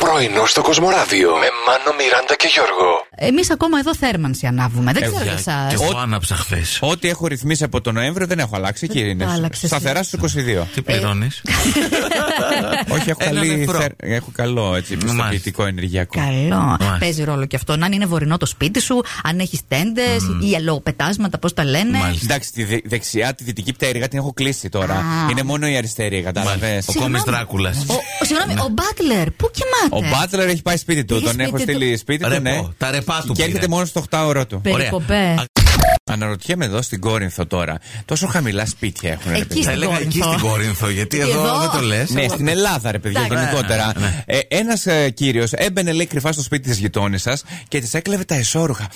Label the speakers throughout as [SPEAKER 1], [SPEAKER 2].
[SPEAKER 1] Πρωινό στο Κοσμοράδιο με Μάνο, Μιράντα και Γιώργο.
[SPEAKER 2] Εμείς ακόμα εδώ θέρμανση ανάβουμε. Δεν ξέρω για εσά.
[SPEAKER 3] Ε, Και εγώ άναψα χθες.
[SPEAKER 4] Ό,τι έχω ρυθμίσει από τον Νοέμβριο δεν έχω αλλάξει,
[SPEAKER 2] Δεν
[SPEAKER 4] κύριε
[SPEAKER 2] το
[SPEAKER 4] Ινές.
[SPEAKER 2] άλλαξες
[SPEAKER 4] Σταθερά στους 22.
[SPEAKER 3] Τι πληρώνεις.
[SPEAKER 4] Όχι, έχω,
[SPEAKER 3] Έναν
[SPEAKER 4] καλή,
[SPEAKER 3] ευρώ.
[SPEAKER 4] θερ- έχω καλό έτσι, πιστοποιητικό ενεργειακό.
[SPEAKER 2] Καλό.
[SPEAKER 3] Μάλιστα.
[SPEAKER 2] Παίζει ρόλο και αυτό. Να είναι βορεινό το σπίτι σου, αν έχεις τέντες ή αλλοπετάσματα, πώς τα λένε.
[SPEAKER 3] Μάλιστα.
[SPEAKER 4] Εντάξει, τη δε- δεξιά, τη δυτική πτέρυγα την έχω κλείσει
[SPEAKER 2] Α.
[SPEAKER 4] τώρα. Είναι μόνο η αριστερή, κατάλαβες.
[SPEAKER 3] Ο κόμις Δράκουλας.
[SPEAKER 2] Ο, ο- συγγνώμη, ο Μπάτλερ, πού
[SPEAKER 4] Ο
[SPEAKER 2] κοιμάται.
[SPEAKER 4] Μπάτλερ έχει πάει σπίτι του.
[SPEAKER 2] Πήγε
[SPEAKER 4] Τον
[SPEAKER 2] σπίτι
[SPEAKER 4] έχω
[SPEAKER 2] του.
[SPEAKER 4] στείλει σπίτι του,
[SPEAKER 3] Ρεπό.
[SPEAKER 4] ναι.
[SPEAKER 3] Τα ρεπά του
[SPEAKER 4] Και έρχεται
[SPEAKER 3] πήρε.
[SPEAKER 4] μόνος στο 8ωρο του.
[SPEAKER 2] Περικοπέ.
[SPEAKER 4] Αναρωτιέμαι εδώ στην Κόρινθο τώρα. Τόσο χαμηλά σπίτια έχουν. ρε
[SPEAKER 2] Εκεί
[SPEAKER 4] παιδιά.
[SPEAKER 3] Θα έλεγα
[SPEAKER 2] Κόρινθο.
[SPEAKER 3] εκεί στην Κόρινθο, γιατί
[SPEAKER 2] Και εδώ.
[SPEAKER 3] εδώ δεν το λες.
[SPEAKER 4] Ναι, στην Ελλάδα, ρε παιδιά,
[SPEAKER 2] Εντάξει.
[SPEAKER 3] Ναι,
[SPEAKER 4] γενικότερα. Ε, Ένας ε, κύριος έμπαινε, λέει, κρυφά στο σπίτι της γειτόνισσας και της έκλεβε τα εσόρουχα.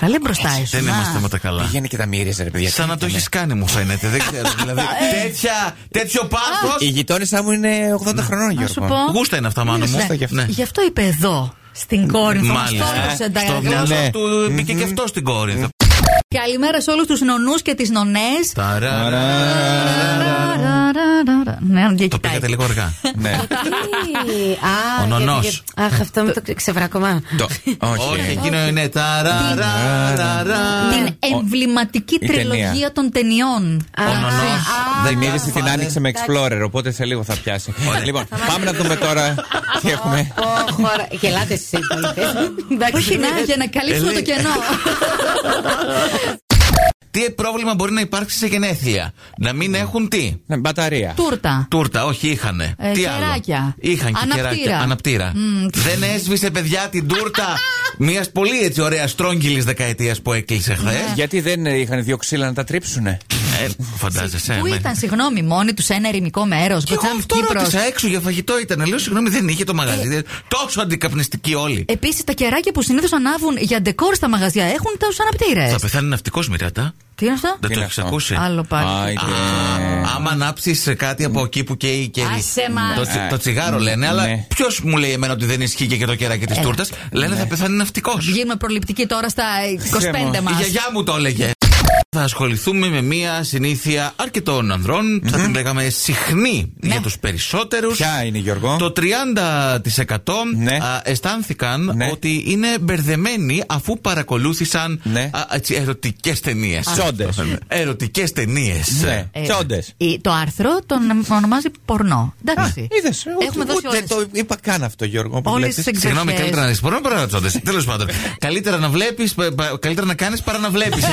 [SPEAKER 2] Καλέ μπροστά εσύ.
[SPEAKER 3] Δεν είμαστε με τα καλά.
[SPEAKER 4] Πηγαίνει και τα μύριζε, ρε παιδιά.
[SPEAKER 3] Σαν να το έχεις κάνει, μου φαίνεται. Δεν ξέρω. Δηλαδή, τέτοια, τέτοιο
[SPEAKER 4] Ε. Η
[SPEAKER 3] πάθο.
[SPEAKER 4] γειτόνισσα μου είναι 80 χρονών,
[SPEAKER 2] Να σου
[SPEAKER 4] Γιώργο.
[SPEAKER 2] πω.
[SPEAKER 3] Γούστα είναι αυτά, μάλλον μου.
[SPEAKER 4] Γούστα και αυτά.
[SPEAKER 3] Ναι.
[SPEAKER 2] Γι' αυτό είπε εδώ. Στην κόρη μας τόνωσε τα
[SPEAKER 3] Στο
[SPEAKER 2] εργά.
[SPEAKER 3] μυαλό
[SPEAKER 4] Ναι.
[SPEAKER 3] του μπήκε και αυτό στην Κόρινθο.
[SPEAKER 2] Καλημέρα σε όλους τους νονούς και τις νονές.
[SPEAKER 3] Ταρα-
[SPEAKER 2] Ναι, αν
[SPEAKER 3] Το
[SPEAKER 2] διακοιτάει.
[SPEAKER 3] πήγατε λίγο αργά.
[SPEAKER 4] Ναι.
[SPEAKER 5] Α,
[SPEAKER 3] Ο νονός.
[SPEAKER 5] γιατί- γιατί- Αχ, αυτό με το ξεβράκωμα.
[SPEAKER 4] Το-
[SPEAKER 3] Όχι,
[SPEAKER 4] Όχι.
[SPEAKER 3] εκείνο είναι. ταρα- ρα- ρα- ρα.
[SPEAKER 2] Την εμβληματική
[SPEAKER 4] η ταινία.
[SPEAKER 2] τριλογία των ταινιών.
[SPEAKER 3] Ο νονός δεν
[SPEAKER 4] Την είδηση την
[SPEAKER 3] κατάφερε.
[SPEAKER 4] άνοιξε με Explorer, οπότε σε λίγο θα πιάσει. Λοιπόν, πάμε να δούμε τώρα τι έχουμε.
[SPEAKER 5] Ω, χώρα. Γελάτε εσείς οι πολίτες. Εντάξει. ναι.
[SPEAKER 2] Όχι, ναι, να, για να καλύψουμε
[SPEAKER 3] Ε,
[SPEAKER 2] το
[SPEAKER 3] λέει.
[SPEAKER 2] κενό.
[SPEAKER 3] Τι πρόβλημα μπορεί να υπάρξει σε γενέθλια. Να μην έχουν τι.
[SPEAKER 4] Ναι, Μπαταρία.
[SPEAKER 2] Τούρτα.
[SPEAKER 3] Τούρτα, όχι, είχανε.
[SPEAKER 2] Ε,
[SPEAKER 3] Τι
[SPEAKER 2] κεράκια.
[SPEAKER 3] άλλο. Είχαν και
[SPEAKER 2] Αναπτήρα.
[SPEAKER 3] κεράκια. Αναπτήρα. Δεν έσβησε, παιδιά, την τούρτα μιας πολύ έτσι ωραία τρόγγυλη δεκαετίας που
[SPEAKER 2] Ναι.
[SPEAKER 3] έκλεισε χθες.
[SPEAKER 4] Γιατί δεν ε, είχαν δύο ξύλα να τα τρίψουνε.
[SPEAKER 3] Φαντάζεσαι.
[SPEAKER 2] Πού
[SPEAKER 3] ναι.
[SPEAKER 2] ήταν, συγγνώμη, μόνοι τους σε ένα ερημικό μέρος.
[SPEAKER 3] Και εγώ
[SPEAKER 2] Κοτσάμ
[SPEAKER 3] αυτό
[SPEAKER 2] Κύπρο.
[SPEAKER 3] ρώτησα ε. έξω για φαγητό ήταν. Λέω, συγγνώμη, δεν είχε το
[SPEAKER 2] Ε.
[SPEAKER 3] μαγαζί. Δεν- Τόσο αντικαπνιστικοί όλοι.
[SPEAKER 2] Επίσης, τα κεράκια που συνήθως ανάβουν για ντεκόρ στα μαγαζιά έχουν του αναπτήρε.
[SPEAKER 3] Θα πεθάνει ναυτικός μοιράτα.
[SPEAKER 2] Τι είναι αυτό,
[SPEAKER 3] Δεν
[SPEAKER 4] είναι
[SPEAKER 3] το έχεις
[SPEAKER 4] αυτό.
[SPEAKER 3] ακούσει.
[SPEAKER 2] Ε, Άλλο πάλι.
[SPEAKER 4] Άιντε.
[SPEAKER 3] Άμα ανάψεις κάτι από εκεί που καίει η κερί.
[SPEAKER 2] Άσε μας.
[SPEAKER 3] Το, τσι- το τσιγάρο λένε, αλλά
[SPEAKER 4] Ναι.
[SPEAKER 3] ποιος μου λέει εμένα ότι δεν ισχύει και για το κεράκι
[SPEAKER 2] Ε.
[SPEAKER 3] τη τούρτα.
[SPEAKER 2] Ναι.
[SPEAKER 3] Λένε θα πεθάνει ναυτικός.
[SPEAKER 2] Βγαίνουμε προληπτικοί τώρα στα 25
[SPEAKER 4] Θεέ
[SPEAKER 2] μα.
[SPEAKER 3] Η γιαγιά μου το έλεγε. Θα ασχοληθούμε με μία συνήθεια αρκετών ανδρών, θα την λέγαμε συχνή για τους περισσότερους.
[SPEAKER 4] Ναι. Ποια είναι, Γιώργο?
[SPEAKER 3] Το 30%
[SPEAKER 4] Ναι.
[SPEAKER 3] α, αισθάνθηκαν
[SPEAKER 4] Ναι.
[SPEAKER 3] ότι είναι μπερδεμένοι αφού παρακολούθησαν
[SPEAKER 4] Ναι.
[SPEAKER 3] α, έτσι, ερωτικές ταινίες. Ναι.
[SPEAKER 4] Τσόντες.
[SPEAKER 3] Ερωτικές ταινίες.
[SPEAKER 4] Ναι, τσόντε.
[SPEAKER 2] Ε, Το άρθρο τον ονομάζει πορνό. Εντάξει.
[SPEAKER 3] ε,
[SPEAKER 4] Είδε.
[SPEAKER 2] Έχουμε δώσει
[SPEAKER 4] Δεν
[SPEAKER 2] όλες-
[SPEAKER 4] ε, το είπα καν αυτό, Γιώργο. όπως
[SPEAKER 2] όλες
[SPEAKER 4] βλέπεις.
[SPEAKER 2] τις εκδοχές.
[SPEAKER 3] Συγγνώμη, καλύτερα να δει πορνό παρά να τσόντες. Τέλος πάντων. Καλύτερα να βλέπεις, καλύτερα να κάνεις παρά να βλέπεις.